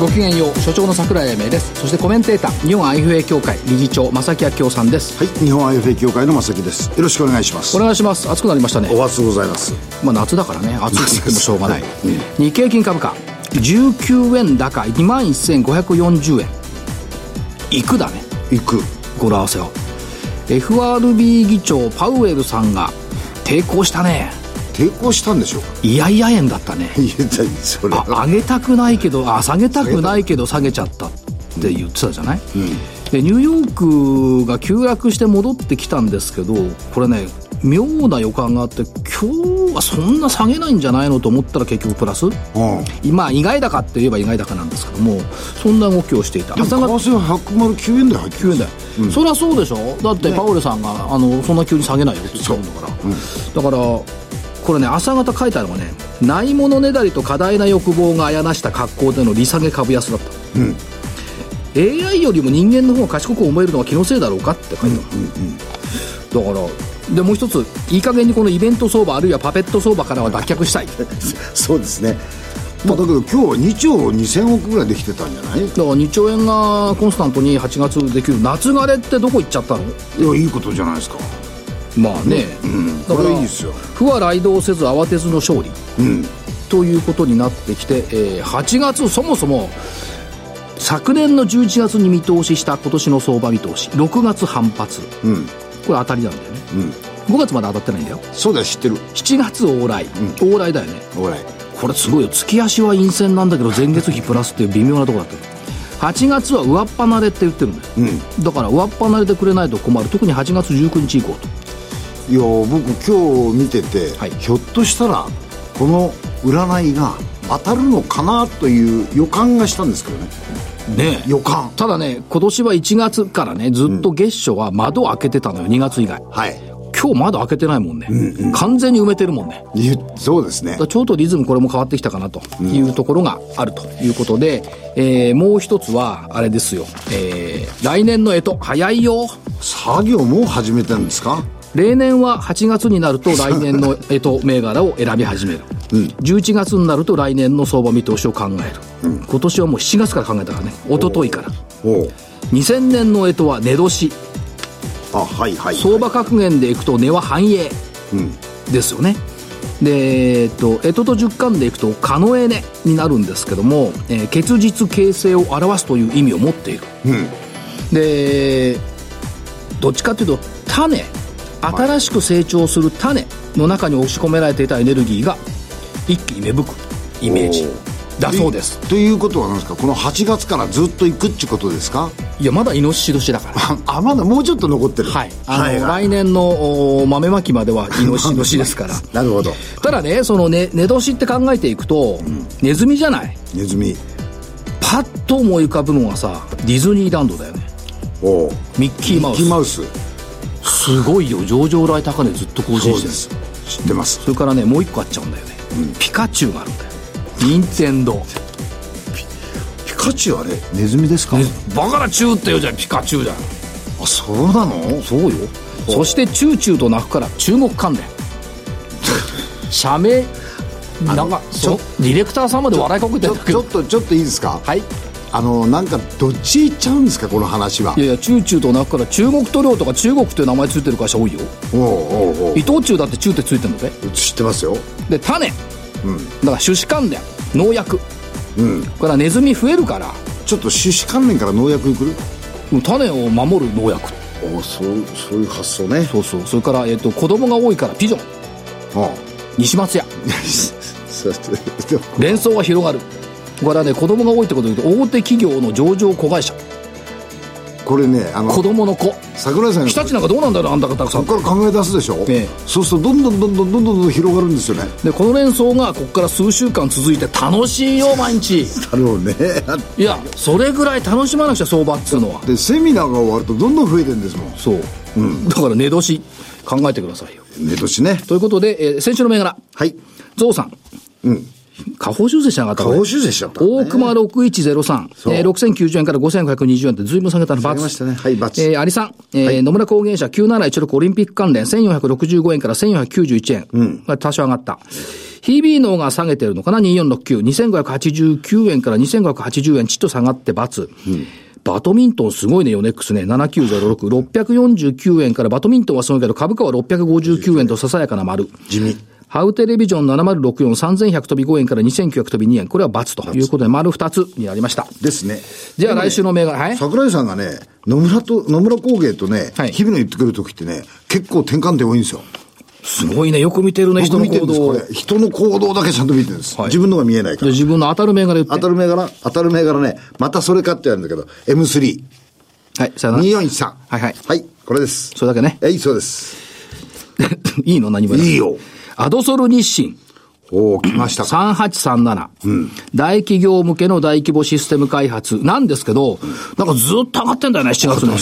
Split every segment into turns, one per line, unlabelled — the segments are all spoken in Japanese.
ごきげんよう所長の桜井英明ですそしてコメンテーター日本 IFA 協会理事長正木明夫さんです
はい、日本 IFA 協会の正木です。よろしくお願いします。
お願いします暑くなりましたね
お初でございます。
まあ夏だからね暑いって言ってもしょうが ない、
はい
日経金株価19円高2万1540円いくだね
行く。
語呂合わせを FRB 議長パウエルさんが抵抗したね
抵抗したんでしょうか。
いやいや円だったね
いや、それ
あ上げたくないけどあ下げたくないけど下げちゃったって言ってたじゃない、でニューヨークが急落して戻ってきたんですけどこれね妙な予感があって今日はそんな下げないんじゃないのと思ったら結局プラス
うん。
今意外高って言えば意外高なんですけどもそんな動きをしていた
でも為
朝が
替は百丸九円で入って
9
る
円だよ、そりゃそうでしょだってパウエルさんが、あのそんな急に下げないよって言ってるんだから、だからこれね朝方書いてあるのがねないものねだりと過大な欲望があやなした格好での利下げ株安だった、AI よりも人間の方が賢く思えるのは気のせいだろうかって書いてある、だからでもう一ついい加減にこのイベント相場あるいはパペット相場からは脱却したいだか
そうですね。まあ、だけど、今日二兆二千億ぐらいできてたんじゃない。い
ら2兆円がコンスタントに8月できる夏枯れってどこ行っちゃったの
や、いいことじゃないですか。
まあね、だか
これ
ら
いいですよ
不は雷動せず慌てずの勝利、
ん
ということになってきて、えー8月そもそも昨年の11月に見通しした今年の相場見通し6月反発こ
うん。
れ当たりなんだよね、5月まで当たってないんだよ
そうだよ、知ってる。
7月往来、往来だよね
ほら。い
これすごいよ月足は陰線なんだけど前月比プラスっていう微妙なとこだったよ8月は上っ離れって言ってるんだよ、だから上っ離れてくれないと困る特に8月19日以降と
や、僕、今日見てて、
はい
ひょっとしたら、この占いが当たるのかなという予感がしたんですけどね。
ねえ
予感。
ただね、今年は1月からね、ずっと月初は窓開けてたのよ、2月以外。
はい。
今日窓開けてないもんね。完全に埋めてるもんね。
ゆそうですね
だから。ちょっとリズムこれも変わってきたかなというところがあるということで、えーもう一つは、あれですよ、えー来年の干支、早いよ。
作業もう始めてるんですか。
例年は8月になると来年の干支銘柄を選び始 める、11月になると来年の相場見通しを考える、今年はもう7月から考えたからね一昨日から
おう
2000年の干支は寝年
あはいはい
相場格言でいくと値は繁栄
うん
ですよねでえっと干支と十巻でいくと「可能エネ」になるんですけども、えー結実形成を表すという意味を持っている
うん
でどっちかというと種新しく成長する種の中に押し込められていたエネルギーが一気に芽吹くイメージ
おー
だそうです
ということは何ですかこの8月からずっと行くってことですか
いやまだイノシシ年だ から
ああまだもうちょっと残ってる
はいあの、
はいはい
来年のお豆まきまではイノシシ年です から
なるほど
ただねそのね寝年って考えていくと、ネズミじゃない
ネズミ
パッと思い浮かぶのはさディズニーランドだよね
おう
ミッキーマウス
ミッキーマウス
すごいよ上場来高値ずっと更新してるそ
知ってます
れからねもう一個あっちゃうんだよね、ピカチュウがあるんだよ任天堂
ピカチュウあれネズミですか
バカなチュウって言うじゃんピカチュウじゃん
あそうなの
そうよそしてチューチューと鳴くから中国 関連社名なんか
ちょ
そディレクターさんまで笑いかけて
ち
る
ょ
んだけ
ちょ
ど
っとちょっといいですか
はい
あのなんかどっち行っちゃうんですかこの話はい
やいやチューチューと鳴くから中国塗料とか中国っていう名前ついてる会社多いよ
おうおうおう
伊藤忠だって忠ってついてるので
知ってますよ
で種、だから種子関連農薬
うん
これはネズミ増えるから
ちょっと種子関連から農薬に来る
種を守る農薬
おうそうそういう発想ね
そうそうそれから、えっと子供が多いからピジョン
おう
西松屋
そうやって でも
連想が広がるこれはね子供が多いってことで言うと大手企業の上場子会社
これねあの
子供の子
桜井さんが
日立なんかどうなんだろうあんだかたくさ
そ
ん
こから考え出すでしょ、
ええ
そうするとどんどんどんどんどんどんどん広がるんですよね
でこの連想がここから数週間続いて楽しいよ毎日
だろうね
いやそれぐらい楽しまなくちゃ相場っつうのは
でセミナーが終わるとどんどん増えてるんですもん
そう、だから寝年考えてくださいよ
寝年ね
ということで、えー先週の銘柄
はい
ゾウさん下方修正しなかった
下方修正しちゃったね
大熊6103、
そう
えー、6090円から5520円って随分下げたの
下
バ
げ
ツ
ましたねはいバツ
えー、有さん、えー野村工芸社9716オリンピック関連1465円から1491円、うん、多少上がったヒービーノーが下げてるのかな24692589円から2580円ちっと下がってバツ、バドミントンすごいね、ヨネックスね。7906。649円から、バドミントンはすごいけど、株価は659円とささやかな丸。
地味
ハウテレビジョン7064、3100飛び5円から2900飛び2円。これは×ということで、丸2つになりました。
ですね
じゃあ来週の銘柄、はい
桜井さんがね野村と野村工芸とね、
はい
日々の言ってくる時ってね結構転換点多いんですよ
すごいね、よく見てるね、人
僕
の行
見てるんです
動
こ
を。
れ
じゃ
人の行動だけちゃんと見てるんです、
はい
自分のが見えない
あ
から
自分の当たる銘柄言って。
当たる銘柄当たる銘柄ねまたそれかってやるんだけど M3
はい、さよなら。
2413
はいはい
はいこれです
それだけね。
えいそうです
いいの何も言わない
いよ
アドソル日清。
おお来ましたか
3837、大企業向けの大規模システム開発なんですけど、なんかずっと上がってんだよね、7月の。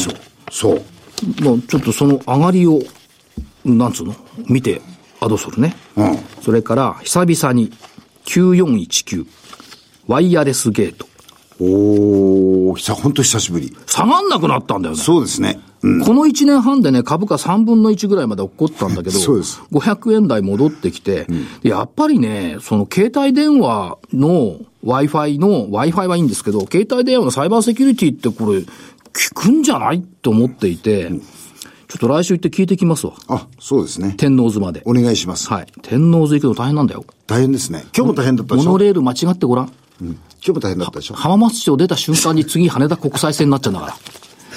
そう
もうちょっとその上がりを、なんつうの見て、アドソルね。
うん
それから、久々に、9419、ワイヤレスゲート。
おお久本当久しぶり
下がんなくなったんだよね。
そうですねうん
この1年半でね、株価3分の1ぐらいまで落っこったんだけど、
そうです
500円台戻ってきて、でやっぱりね、その携帯電話の Wi-Fi の、Wi-Fi はいいんですけど、携帯電話のサイバーセキュリティってこれ、効くんじゃないと思っていて、ちょっと来週行って聞いてきますわ。
あそうですね
天王洲まで。
お願いします、
はい。天王洲行くの大変なんだよ。
大変ですね今日も大変だったで
モ
しょ
ノ
今
レール間違ってごらん。
日も大変だったでしょ
浜松町出た瞬間に次羽田国際線になっちゃうんだから。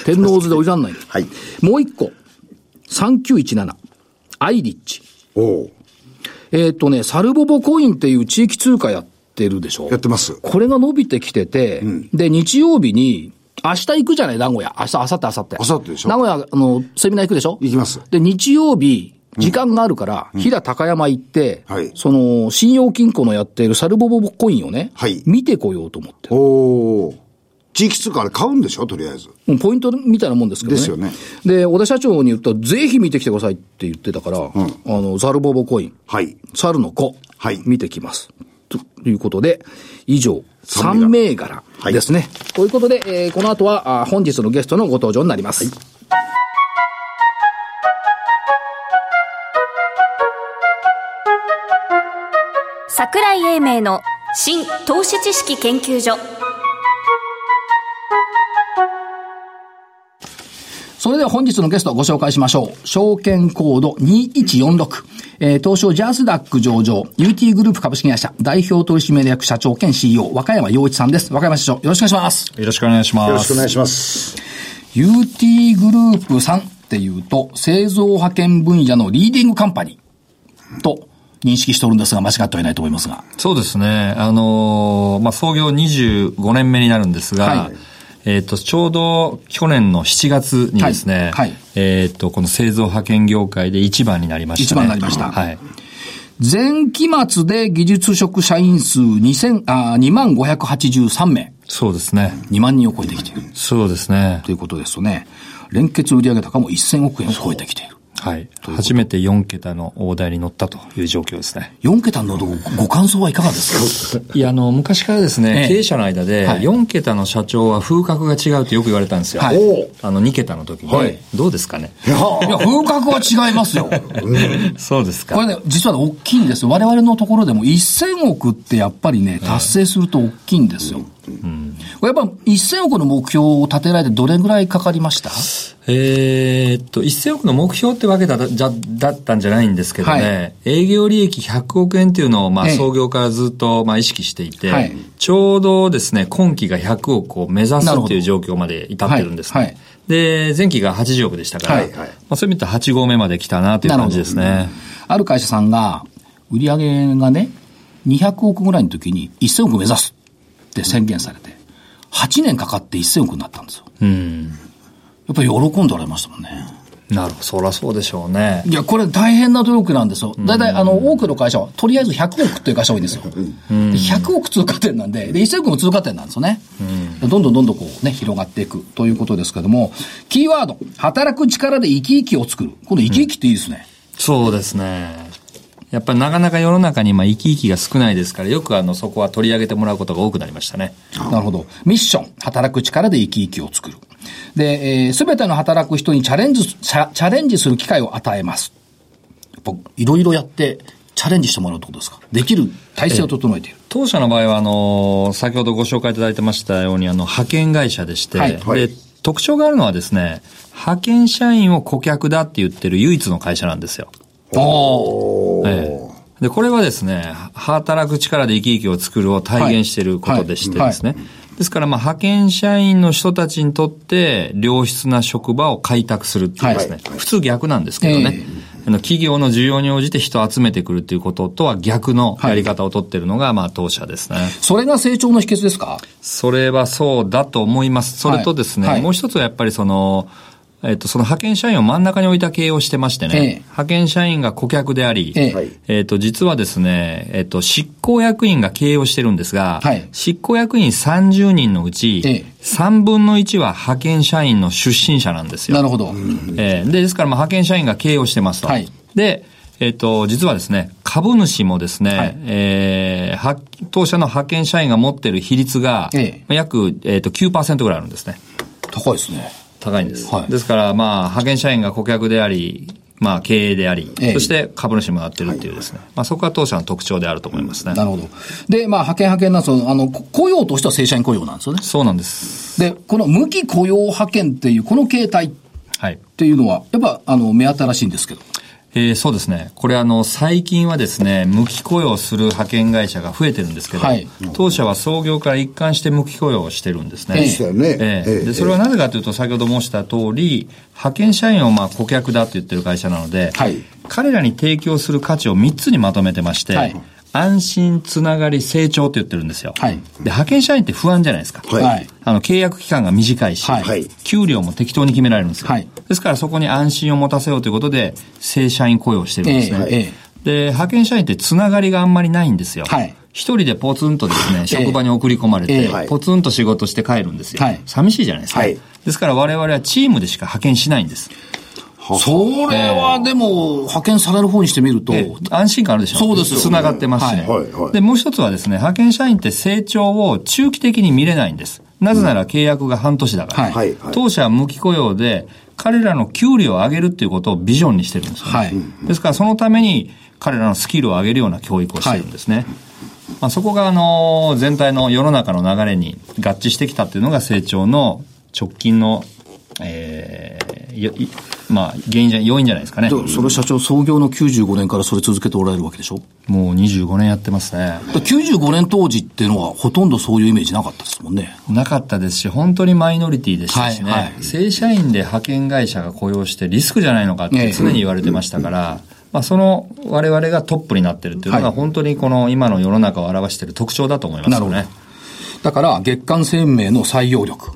天王洲で降りらんない。
はい
もう一個。3917。アイリッチ。
おお
えっ、とね、サルボボコインっていう地域通貨やってるでしょ
やってます
これが伸びてきてて、で、日曜日に、明日行くじゃない、名古屋。明日、明後日、明後日。
明後日でしょ
名古屋、あの、セミナー行くでしょ
行きます
で、日曜日、時間があるから、平高山行って、
はい
その、信用金庫のやってるサルボボコインをね、
はい
見てこようと思って。
おお地域通貨あれ買うんでしょとりあえず
もうポイントみたいなもんですけどね。
ですよね
で、小田社長に言ったら、ぜひ見てきてくださいって言ってたから、あの、ザルボボコイン、
はい
猿の子、
はい
見てきます。ということで、以上、
三
3
銘
銘柄
はい
ですね。ということで、えーこの後は、あー本日のゲストのご登場になります。
桜井英明の新投資知識研究所
それでは本日のゲストをご紹介しましょう。証券コード2146。えー、東証ジャスダック上場、UT グループ株式会社、代表取締役社長兼 CEO、若山洋一さんです。若山社長、よろしくお願いします。
よろしくお願いします。
よろしくお願いします
UT グループさんっていうと、製造派遣分野のリーディングカンパニーと認識しておるんですが、間違ってはいないと思いますが。
そうですね。あのーまあ、創業25年目になるんですが、
はい
えっ、と、ちょうど去年の7月にですね、
はいはい
えっ、と、この製造派遣業界で一番になりました、ね。
一番になりました
はい。
前期末で技術職社員数2000、あー、2583名。
そうですね。
2万人を超えてきている
そうですね
と。いうことですとね、連結売上高も1000億円を超えてきている。
はい。初めて4桁の大台に乗ったという状況ですね。
4桁のごご感想はいかがですか
いや、あの、昔からですね、
ええ
経営者の間で、
はい
4桁の社長は風格が違うってよく言われたんですよ。
はい
おう
あの、2桁の時に。
はい
どうですかね。
いや
いや、風格は違いますよ。
そうですか。
これね、実はね大きいんですよ。我々のところでも1000億ってやっぱりね、達成すると大きいんですよ。これやっぱ1000億の目標を立てられてどれぐらいかかりました
えーっと、1000億の目標ってわけだじゃだったんじゃないんですけどね、営業利益100億円っていうのを、まあ、
ええ
創業からずっと、まあ、意識していて、
はい
ちょうどですね、今期が100億を目指す
なるほ
ってい
ど
う状況まで至ってるんですね。
はいはい
で、前期が80億でしたから、
はい
まあ、そういう意味では8合目まで来たなという感じですね。
ある会社さんが、売上がね、200億ぐらいの時に1000億目指すって宣言されて、8年かかって1000億になったんですよ。
うん。
っぱり喜んでおられましたもんね。
なるほど。そらそうでしょうね。
いや、これ大変な努力なんですよ。大体、あの、多くの会社は、とりあえず100億っていう会社多いんですよ。で100億通過点なんで、で、1000億も通過点なんですよね。どんどんどんどんこうね、広がっていくということですけども、キーワード、働く力で生き生きを作る。この生き生きっていいですね。
そうですね。やっぱりなかなか世の中に今生き生きが少ないですから、よくあの、そこは取り上げてもらうことが多くなりましたね。
なるほど。ミッション、働く力で生き生きを作る。で、す、え、べ、ての働く人にチャレンジ、チャチャレンジする機会を与えます。やっぱ、いろいろやって、チャレンジしてもらうってことですかできる体制を整えている。
当社の場合は、あの、先ほどご紹介いただいてましたように、あの、派遣会社でして、
はい
はい
で、特徴があるのはですね、派遣社員を顧客だって言ってる唯一の会社なんですよ。
おー
ええで、これはですね、働く力で生き生きを作るを体現していることでしてですね。ですから、まあ、派遣社員の人たちにとって、良質な職場を開拓するっていうですね、普通逆なんですけどね。あの企業の需要に応じて人を集めてくるっていうこととは逆のやり方を取ってるのが、まあ、当社ですね。
それが成長の秘訣ですか
それはそうだと思います。それとですね、
はいはい
もう一つはやっぱりその、えっと、その派遣社員を真ん中に置いた経営をしてましてね、
ええ
派遣社員が顧客であり、
ええ
はい
えっと、実はですね、えっと、執行役員が経営をしてるんですが、
はい
執行役員30人のうち、
ええ
3分の1は派遣社員の出身者なんですよ。
なるほど。
えーで、ですから、まあ、派遣社員が経営をしてますと。
はい
で、えっ、と、実はですね、株主もですね、
はい
えーは当社の派遣社員が持ってる比率が、
え
約、えっと9%ぐらいあるんですね。
高いですね。
高いんです。
はい
ですから、まあ、派遣社員が顧客であり、まあ、経営であり、
ええ
そして株主もなってるっていうですね、まあ、そこが当社の特徴であると思いますね。
なるほど。で、まあ、派遣派遣なんですけどあの、こ雇用としては正社員雇用なんですよね。
そうなんです。
で、この無期雇用派遣っていう、この形態っ
はい。
ていうのは、やっぱ、あの、目新しいんですけど。
えーそうですね。これあの、最近はですね、無期雇用する派遣会社が増えてるんですけど、
はい
当社は創業から一貫して無期雇用をしてるんですね。
ええ
そうだよね
ええ
ええ
でそれはなぜかというと、先ほど申した通り、派遣社員をまあ顧客だと言ってる会社なので、
はい
彼らに提供する価値を3つにまとめてまして、
はい
安心、つながり、成長って言ってるんですよ。
はい
で、派遣社員って不安じゃないですか。
はい
はい。
あの、契約期間が短いし、
はい
はい
給料も適当に決められるんですよ。
はい
ですからそこに安心を持たせようということで、正社員雇用をしてるんですね。
えええ
で、派遣社員ってつながりがあんまりないんですよ。
はい
一人でポツンとですね、職場に送り込ま
え
れて
えは、
ポツンと仕事して帰るんですよ。
はい
寂しいじゃないですか。
はい
ですから我々はチームでしか派遣しないんです。
それは、でも、派遣される方にしてみると、
で安心感あるでしょ
そうですよ
繋がってますしね、
はいはいはい
で、もう一つはですね、派遣社員って成長を中期的に見れないんです。なぜなら契約が半年だから。
はい
はいはい
当社は無期雇用で、彼らの給料を上げるっていうことをビジョンにしてるんですよね、
はい
ですからそのために彼らのスキルを上げるような教育をしてるんですね。まあ、そこが、あの、全体の世の中の流れに合致してきたっていうのが成長の直近の、えーよいまあ、原因じゃ、要因じゃないですかね。
でその社長、創業の95年からそれ続けておられるわけでしょ
もう25年やってますね。
だから95年当時っていうのは、ほとんどそういうイメージなかったですもんね。
なかったですし、本当にマイノリティでしたしね、
はいはい
正社員で派遣会社が雇用してリスクじゃないのかって常に言われてましたから、まあ、その我々がトップになってるっていうの
は
が
い
本当にこの今の世の中を表している特徴だと思いますよね。
なるほだから、月間1000名の採用力。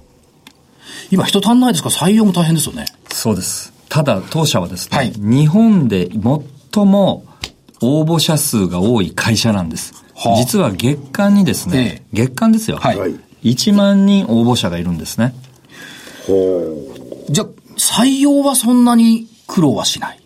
今、人足んないですから、採用も大変ですよね。
そうです。ただ当社はですね、
はい
日本で最も応募者数が多い会社なんです。
はあ
実は月間にです
え
ね、
え
月間ですよ、
はい
はい
1万人応募者がいるんですね。
ほ
じゃあ、採用はそんなに苦労はしない。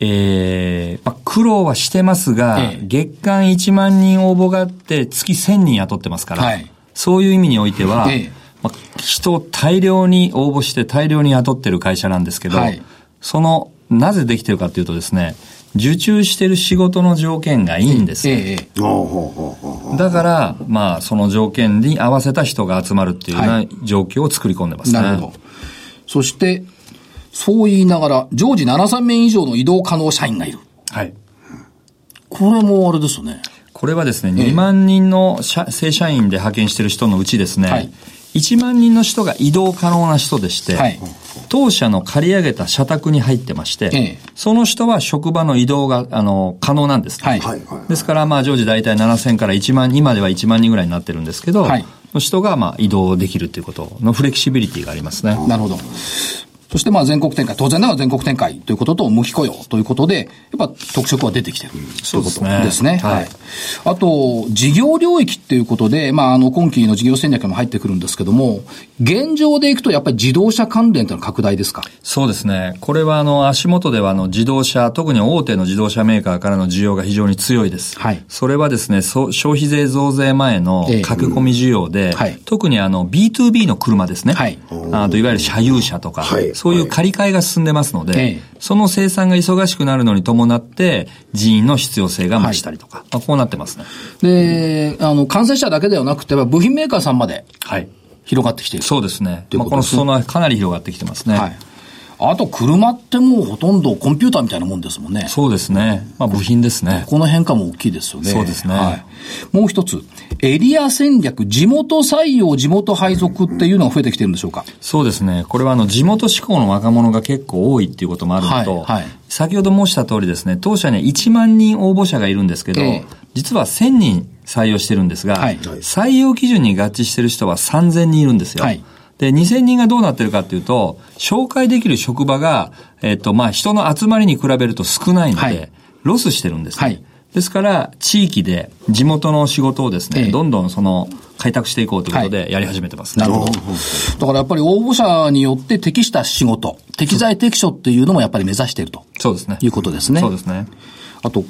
えーまあ、苦労はしてますが、
ええ
月間1万人応募があって、月1000人雇ってますから、
はい
そういう意味においては、
ええ
まあ、人を大量に応募して大量に雇ってる会社なんですけど、
はい
その、なぜできてるかというとですね、受注してる仕事の条件がいいんですよ、
ええ。
うほうほうほうほ
だから、まあ、その条件に合わせた人が集まるっていうよう
は
な状況を作り込んでますね。
なるほど。そして、そう言いながら、常時7000名以上の移動可能社員がいる。
はい。
これもあれですよね。
これはですね、
ええ
2万人の社正社員で派遣してる人のうちですね、
はい
1万人の人が移動可能な人でして、
はい
当社の借り上げた社宅に入ってまして、
ええ
その人は職場の移動があの可能なんですね、
はい。
うはいはい
ですから、まあ、常時大体7000から1万、今では1万人ぐらいになってるんですけど、
はい
の人がまあ移動できるということのフレキシビリティがありますね。
なるほど。そしてまあ全国展開、当然ながら全国展開ということと無期雇用ということで、やっぱ特色は出てきてるということですね。
はい
はい。あと、事業領域っていうことで、まああの今期の事業戦略にも入ってくるんですけども、現状でいくとやっぱり自動車関連というのは拡大ですか
そうですね。これはあの足元ではあの自動車、特に大手の自動車メーカーからの需要が非常に強いです。
はい
それはですね、そう消費税増税前の
ええ
駆け込み需要で、
はい
特にあの B2B の車ですね。
はい
あといわゆる車有車とか、
はい
そういう借り換えが進んでますので、
ええ
その生産が忙しくなるのに伴って人員の必要性が増したりとか、まあこうなってますね。
で、あの、完成者だけではなくて、やっぱ部品メーカーさんまで
はい。
広がってきている。
そうですね。
いう
ま
こ
あ、ことの
ですね
裾野はかなり広がってきてますね。
はい。あと、車ってもうほとんどコンピューターみたいなもんですもんね。
そうですね。まあ部品ですね。
この変化も大きいですよね。
そうですね
はい。もう一つ、エリア戦略、地元採用、地元配属っていうのが増えてきてるんでしょうか。
そうですね。これはあの地元志向の若者が結構多いっていうこともあるのと、
はいはい
先ほど申した通りですね、当社には1万人応募者がいるんですけど、
ええ
実は1000人採用してるんですが、
はい
採用基準に合致してる人は3000人いるんですよ。
はい
で、2000人がどうなってるかっていうと、紹介できる職場が、えっと、まあ、人の集まりに比べると少ないので、
はい
ロスしてるんです、ね
はい
ですから、地域で地元の仕事をですね、
ええ
どんどんその、開拓していこうということでやり始めてますね。
なるほど。だからやっぱり応募者によって適した仕事、適材適所っていうのもやっぱり目指していると
そうですね。
いうことですね。
そうですね。
あと、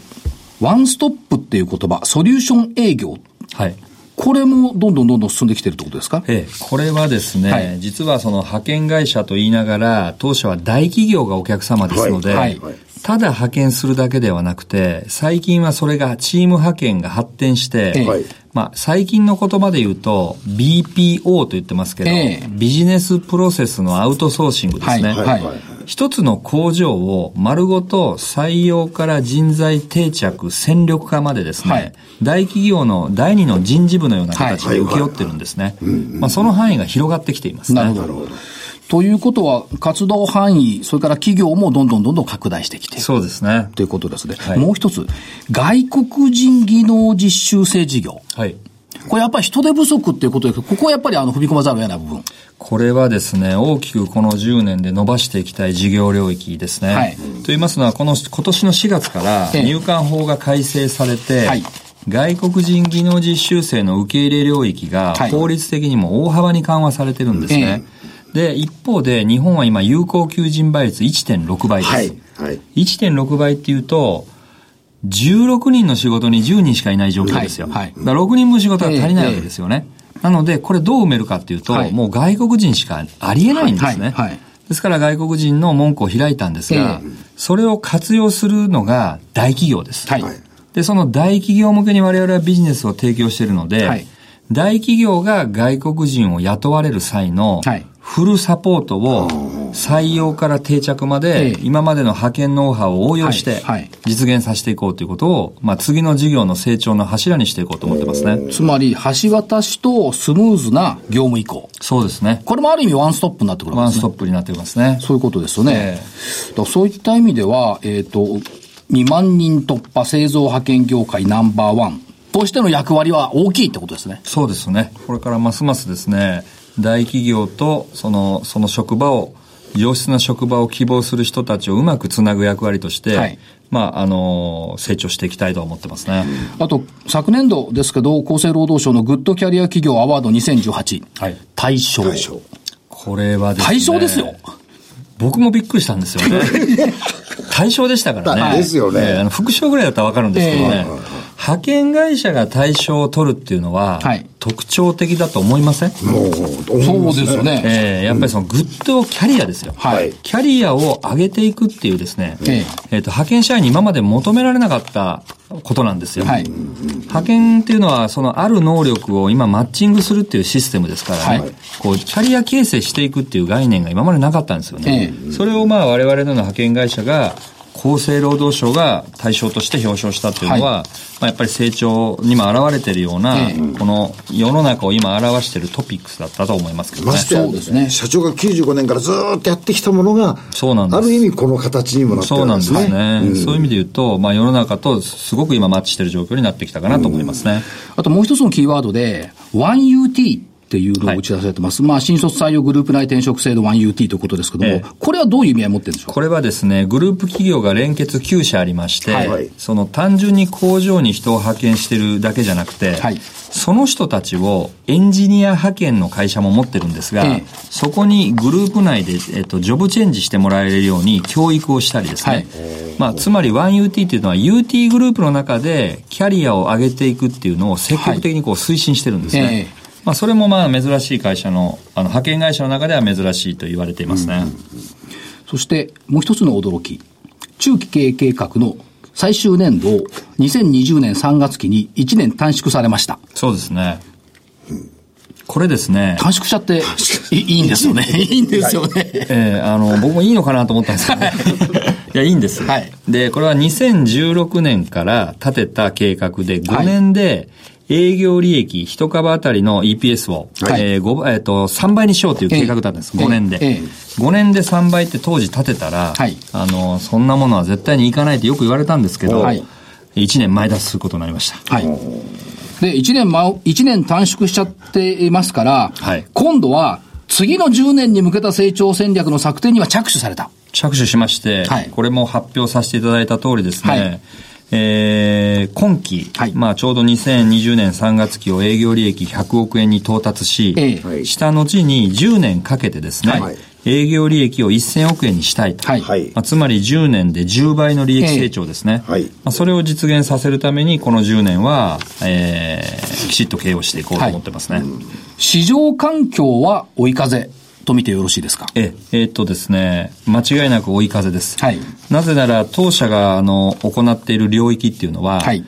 ワンストップっていう言葉、ソリューション営業。
はい。
これもどんどんどんどん進んできてるってことですか
ええ、これはですね、
はい
実はその派遣会社と言いながら、当社は大企業がお客様ですので、
はいはい
ただ派遣するだけではなくて、最近はそれがチーム派遣が発展して、
ええ
はい
まあ、最近の言葉で言うと、BPO と言ってますけど、
ええ
ビジネスプロセスのアウトソーシングですね。
はい
はいはい
一つの工場を丸ごと採用から人材定着、戦力化までですね、
はい
大企業の第二の人事部のような形で請け負ってるんですね。まあその範囲が広がってきていますね。
なるほど。ということは、活動範囲、それから企業もどんどんどんどん拡大してきている
そうですね。
ということですね。
はい
もう一つ、外国人技能実習生事業。
はい。
これやっぱり人手不足っていうことですけどここはやっぱりあの踏み込まざるを得ない部分。
これはですね、大きくこの10年で伸ばしていきたい事業領域ですね。
はい
と言いますのは、この今年の4月から
ええ
入管法が改正されて、
はい
外国人技能実習生の受け入れ領域が
はい
法律的にも大幅に緩和されてるんですね。で、一方で日本は今有効求人倍率1.6倍です。
はいはい
1.6倍っていうと、16人の仕事に10人しかいない状況ですよ。
はいはい
だから6人分仕事が足りないわけですよね。なので、これどう埋めるかっていうと、
はい
もう外国人しかありえないんです
は
ね。
いはいはい
ですから外国人の門戸を開いたんですが、
え
それを活用するのが大企業です。
はい
で、その大企業向けに我々はビジネスを提供しているので、
はい
大企業が外国人を雇われる際の
はい
フルサポートを採用から定着ま
ええ
で今までの派遣ノウハウを応用し
は
て
いはい
実現させていこうということを、まあ、次の事業の成長の柱にしていこうと思ってますね。
つまり、橋渡しとスムーズな業務移行。
そうですね。
これもある意味ワンストップになってくるわ
ワ
け
ン
です
ス
ね。
トップになってますね。
そういうことですよね。
え
だからそういった意味では、えっ、と、2万人突破製造派遣業界ナンバーワンとしての役割は大きいってことですね。
そうですね。これからますますですね、大企業とその、その職場を、良質な職場を希望する人たちをうまくつなぐ役割として、
はい
まあ、あの、成長していきたいと思ってますね。
あと、昨年度ですけど、厚生労働省のグッドキャリア企業アワード2018。
はい
大賞。
大将
これはですね。
大賞ですよ。
僕もびっくりしたんですよ ね。対象でしたから
だ
ね。
ですよね
ええあの副賞ぐらいだったらわかるんですけ
え
ど
え
ね。派遣会社が対象を取るっていうのは、
はい
特徴的だと思いません
もう
そうですよね。
ええやっぱりそのグッドキャリアですよ。
はい
キャリアを上げていくっていうですね、
ええ
えっ、と、派遣社員に今まで求められなかったことなんですよ。
はい
派遣っていうのは、そのある能力を今マッチングするっていうシステムですからね、
はい
こう、キャリア形成していくっていう概念が今までなかったんですよね。
え
それをまあ我々のような派遣会社が、厚生労働省が対象として表彰したっていうのは、まあ、やっぱり成長にも表れているような、
え
この世の中を今表しているトピックスだったと思いますけどね
ま。してや
そうですね
社長が95年からずーっとやってきたものが
そうなんです
ある意味この形にもなって
そう
る
な
ん
んで
ですす
ね
ね。
そういう意味で言うと、まあ、世の中とすごく今マッチしてる状況になってきたかなと思いますね。
あともう一つのキーワードで、1UT っっていうのを打ち出されてます。はい、まあ、新卒採用グループ内転職制度 1UT ということですけども、ええ、これはどういう意味合い持ってるんでしょう
これはですね、グループ企業が連結9社ありまして、はいはい、その単純に工場に人を派遣してるだけじゃなくて、はい、その人たちをエンジニア派遣の会社も持ってるんですが、え、そこにグループ内で、えっと、ジョブチェンジしてもらえるように教育をしたりですね、はい、まあ、つまり 1UT っていうのは UT グループの中でキャリアを上げていくっていうのを積極的にこう推進してるんですね。はいえーまあ、それもまあ珍しい会社の、あの派遣会社の中では珍しいと言われていますね。うんうんうん、
そしてもう一つの驚き、中期経営計画の最終年度を2020年3月期に1年短縮されました。
そうですね。うんこれですね。
短縮しちゃって、いいいんですよ ね。いいんですよね。はい、
ええー、あの、僕もいいのかなと思ったんですけどね。 いや、いいんです。はい。で、これは2016年から立てた計画で、5年で営業利益1株当たりの EPS を、はい、えー、5えっ、ー、と、3倍にしようという計画だったんです。5年で。えー、5年で3倍って当時立てたら、はい、あの、そんなものは絶対にいかないってよく言われたんですけど、はい、1年前出しすることになりました。
はい。で、1年ま、一年短縮しちゃっていますから、はい、今度は次の10年に向けた成長戦略の策定には着手された。
着手しまして、はい、これも発表させていただいた通りですね、はい、えー、今期、はい、まあちょうど2020年3月期を営業利益100億円に到達し、えー、した後に10年かけてですね、営業利益を1000億円にしたいと。はいまあ、つまり10年で10倍の利益成長ですね。えー、はい、まあ、それを実現させるために、この10年は、えー、きちっと経営をしていこうと思ってますね。はい、
市場環境は追い風。と見てよろしいですか
え、えー、っとですね、間違いなく追い風です。はい、なぜなら、当社が、あの、行っている領域っていうのは、はい、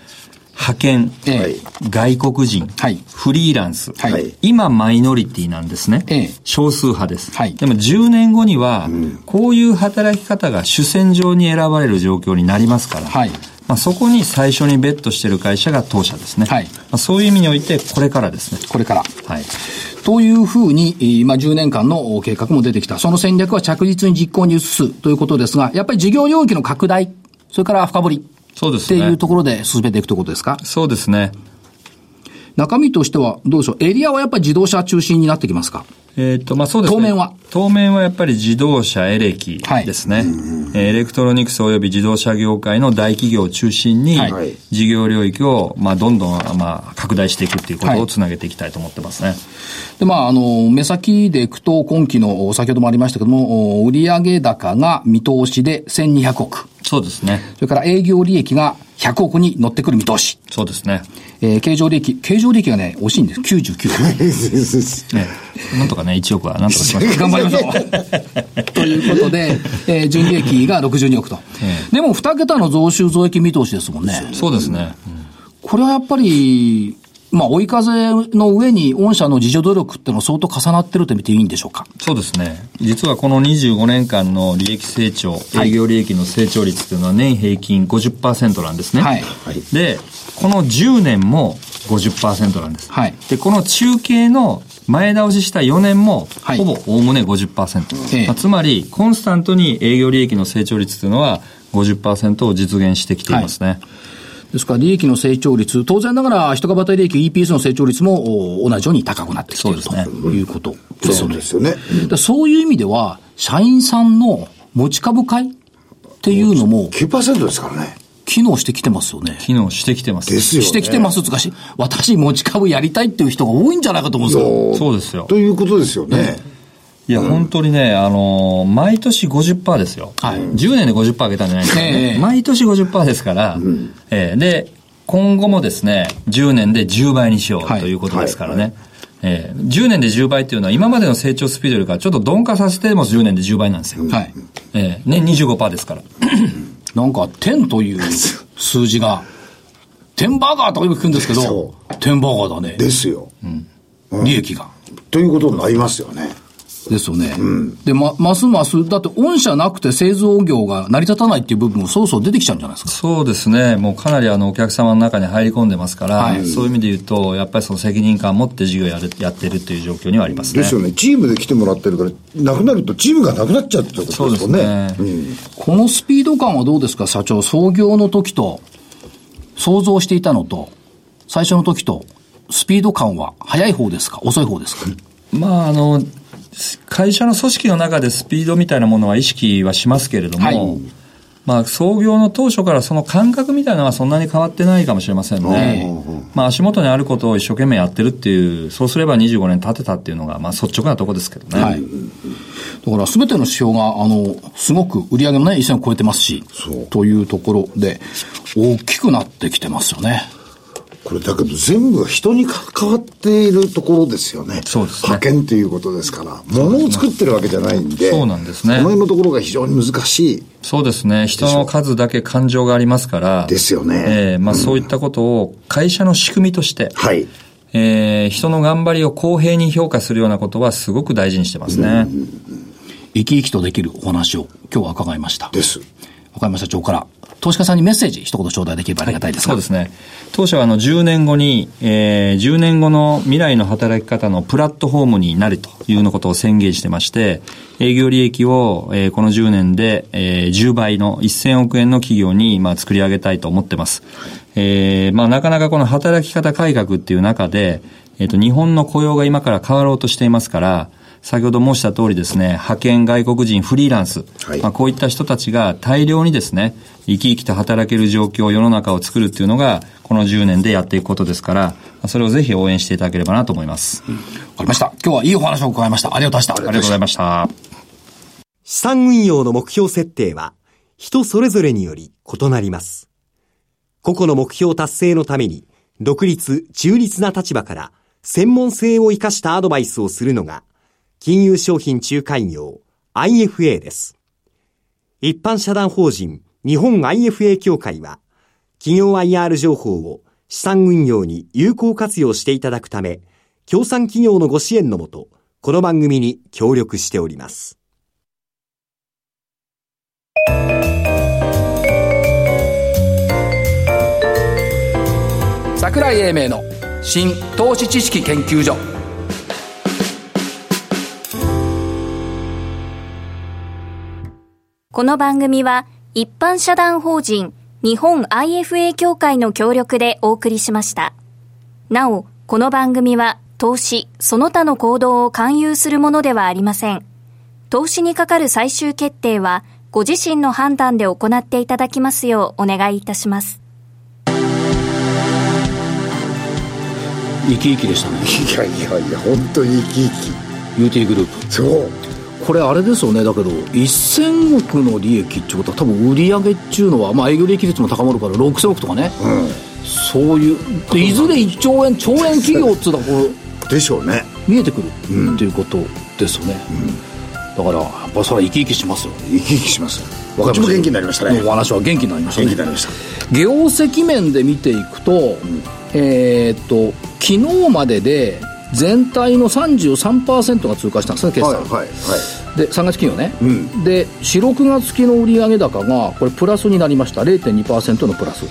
派遣、はい、外国人、はい、フリーランス、はい、今マイノリティなんですね、ええ、少数派です、でも10年後には、こういう働き方が主戦場に選ばれる状況になりますから、まあ、そこに最初にベットしてる会社が当社ですね、まあ、そういう意味においてこれからですね
これからはいというふうに、まあ、10年間の計画も出てきたその戦略は着実に実行に移すということですがやっぱり事業領域の拡大それから深掘りそうですね。っていうところで進めていくということですか
そうですね。
中身としてはどうでしょうエリアはやっぱり自動車中心になってきますか
えー、っと、まあ、そうですね。
当面は
当面はやっぱり自動車エレキですね。はい、エレクトロニクス及び自動車業界の大企業を中心に、はい、事業領域を、まあ、どんどん、まあ、拡大していくっていうことをつなげていきたいと思ってますね。はい、
で、まあ、あの、目先でいくと、今期の、先ほどもありましたけども、売上高が見通しで1200億。
そうですね。
それから営業利益が100億に乗ってくる見通し。
そうですね。
えー、経常利益、経常利益がね、惜しいんです。99
億。ね、なんとかね、1億は、なんとかしま
しょう。頑張りましょ う。ということで、えー、純利益が62億と。えー、でも、2桁の増収増益見通しですもんね。、
そうですね。うん
これはやっぱり、まあ、追い風の上に、御社の自助努力っていうのは相当重なってると見ていいんでしょうか
そうですね。実はこの25年間の利益成長、営業利益の成長率っていうのは年平均50%なんですね。はい。で、この10年も50%なんです。はい。で、この中継の前倒しした4年も、ほぼおおむね50%。はい、まあ、つまり、コンスタントに営業利益の成長率っていうのは50%を実現してきていますね。はい
ですから利益の成長率、当然ながら一株当たり利益 EPS の成長率も同じように高くなってきている、ね、ということ
ですよね。そうですよね。
うん、そういう意味では、社員さんの持ち株会っていうのも、
9%ですからね。
機能してきてますよね。
機能してきてます。
ですよ、ね、
してきてますつかし、私持ち株やりたいっていう人が多いんじゃないかと思うんです
よ。そうですよ。
ということですよね。ね
いや、うん、本当にね、あのー、毎年50%ですよ。はい。10年で50%上げたんじゃないですか、ね、えー、毎年50%ですから、うん、えー、で、今後もですね、10年で10倍にしよう、はい、ということですからね。はいはいえー、10年で10倍っていうのは今までの成長スピードよりかちょっと鈍化させても10年で10倍なんですよ。はい。えー、年25%ですから。
なんか、10という数字 が、10バーガーとかよく聞くんですけど、10バーガーだね。。
ですよ。うん
利益が。
ということになりますよね。
ですよね。うん、で、ま、ますます、だって御社なくて製造業が成り立たないっていう部分もそうそう出てきちゃうんじゃないですか。、
そうですね。もうかなりあのお客様の中に入り込んでますから、はい、そういう意味で言うと、やっぱりその責任感を持って事業やるやってるっていう状況にはありますね。
ですよね。チームで来てもらってるから、なくなるとチームがなくなっちゃうってことですよね。そうですね、うん
このスピード感はどうですか、社長。創業の時と、想像していたのと、最初の時と、スピード感は早い方ですか遅い方ですか
まあ、あの、会社の組織の中でスピードみたいなものは意識はしますけれども、
はい
まあ、創業の当初からその感覚みたいなのはそんなに変わってないかもしれませんね
うんうんうん。
まあ、足元にあることを一生懸命やってるっていう、そうすれば25年経てたっていうのが、まあ、率直なとこですけどね。
はい。だから全ての指標が、あの、すごく売り上げもね、一線を超えてますし、というところで、大きくなってきてますよね。
これだけど全部が人に関わっているところですよね。
そうですね
派遣ということですから、物を作ってるわけじゃないんで。
そうなんですね
この辺のところが非常に難しい。
そうですね。人の数だけ感情がありますから。
ですよね
ええまあ、そういったことを会社の仕組みとして、
はい。
ええ人の頑張りを公平に評価するようなことはすごく大事にしてますね。
生き生きとできるお話を今日は伺いました。
です。
岡山社長から、投資家さんにメッセージ一言頂戴できればありがたいです
そ
が、
うですね。当社はあの10年後に、えー10年後の未来の働き方のプラットフォームになるというようなことを宣言してまして、営業利益を、えーこの10年で、えー10倍の1000億円の企業に、まあ、作り上げたいと思ってます。えーまあ、なかなかこの働き方改革っていう中で、えっ、と、日本の雇用が今から変わろうとしていますから、先ほど申した通りですね、派遣外国人フリーランス、
はい
まあこういった人たちが大量にですね、生き生きと働ける状況、世の中を作るっていうのが、この10年でやっていくことですから、それをぜひ応援していただければなと思います。あり
わかりました。今日はいいお話を伺いました。ありがとうございました。
がとうございました。
資産運用の目標設定は人それぞれにより異なります。個々の目標達成のために独立、中立な立場から専門性を生かしたアドバイスをするのが金融商品仲介業 IFA です。一般社団法人日本 IFA 協会は企業 IR 情報を資産運用に有効活用していただくため、協賛企業のご支援のもと、この番組に協力しております。
桜井英明の新投資知識研究所
この番組は一般社団法人日本 IFA 協会の協力でお送りしました。なお、この番組は投資、その他の行動を勧誘するものではありません。投資にかかる最終決定はご自身の判断で行っていただきますようお願いいたします。
生き生きでしたね
いやいやいや、本当に生き生
UT グループ
き。そう。
これあれですよねだけど1000億の利益ってことは多分売り上げっちゅうのは、まあ、営業利益率も高まるから6000億とかね、そういうでいずれ1兆円兆円企業っつうのはこう
でしょうね。
見えてくるっていうことですよね、だからやっぱそれは生き生きしますよ
生き生きします。こっちも元気になりましたね。
お話は元気になりましたね
元気になりました。
業績面で見ていくと、えーっと昨日までで全体の33%が通過したんですね決
はい
算、
はいはい。
で3月期のね、
ん
で46月期の売上高がこれプラスになりました0.2%のプラス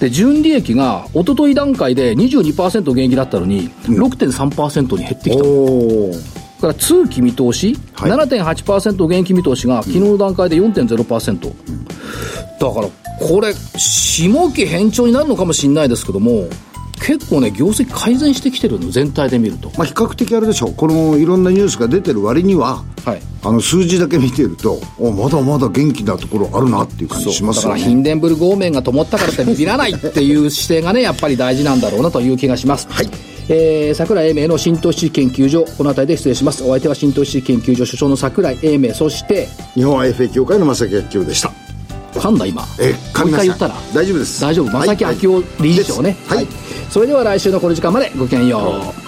で純利益が一昨日段階で22%減益だったのに、6.3%に減ってきた
おお。
だから通期見通し、
はい
7.8%減益見通しが昨日の段階で4.0%、だからこれ下期変調になるのかもしれないですけども結構ね業績改善してきてるの全体で見ると
まあ比較的あれでしょう。このいろんなニュースが出てる割には、
はい
あの数字だけ見てると、おまだまだ元気なところあるなっていう感じし
だ
ます
か
よ
らヒ
ね。
ンデンブルグ方面が灯ったからってビビらないっていう姿勢がねやっぱり大事なんだろうなという気がしますはいえー、桜井英明の新投資研究所この辺りで失礼しますお相手は新投資研究所所長の桜井英明そして
日本 IFA 協会の正木明夫でした。
噛んだ今
え噛み
もう一回
ました
言ったら
大丈夫です
大丈夫
はい
正木昭夫理事長ね
はい
それでは来週のこの時間までごきげんよう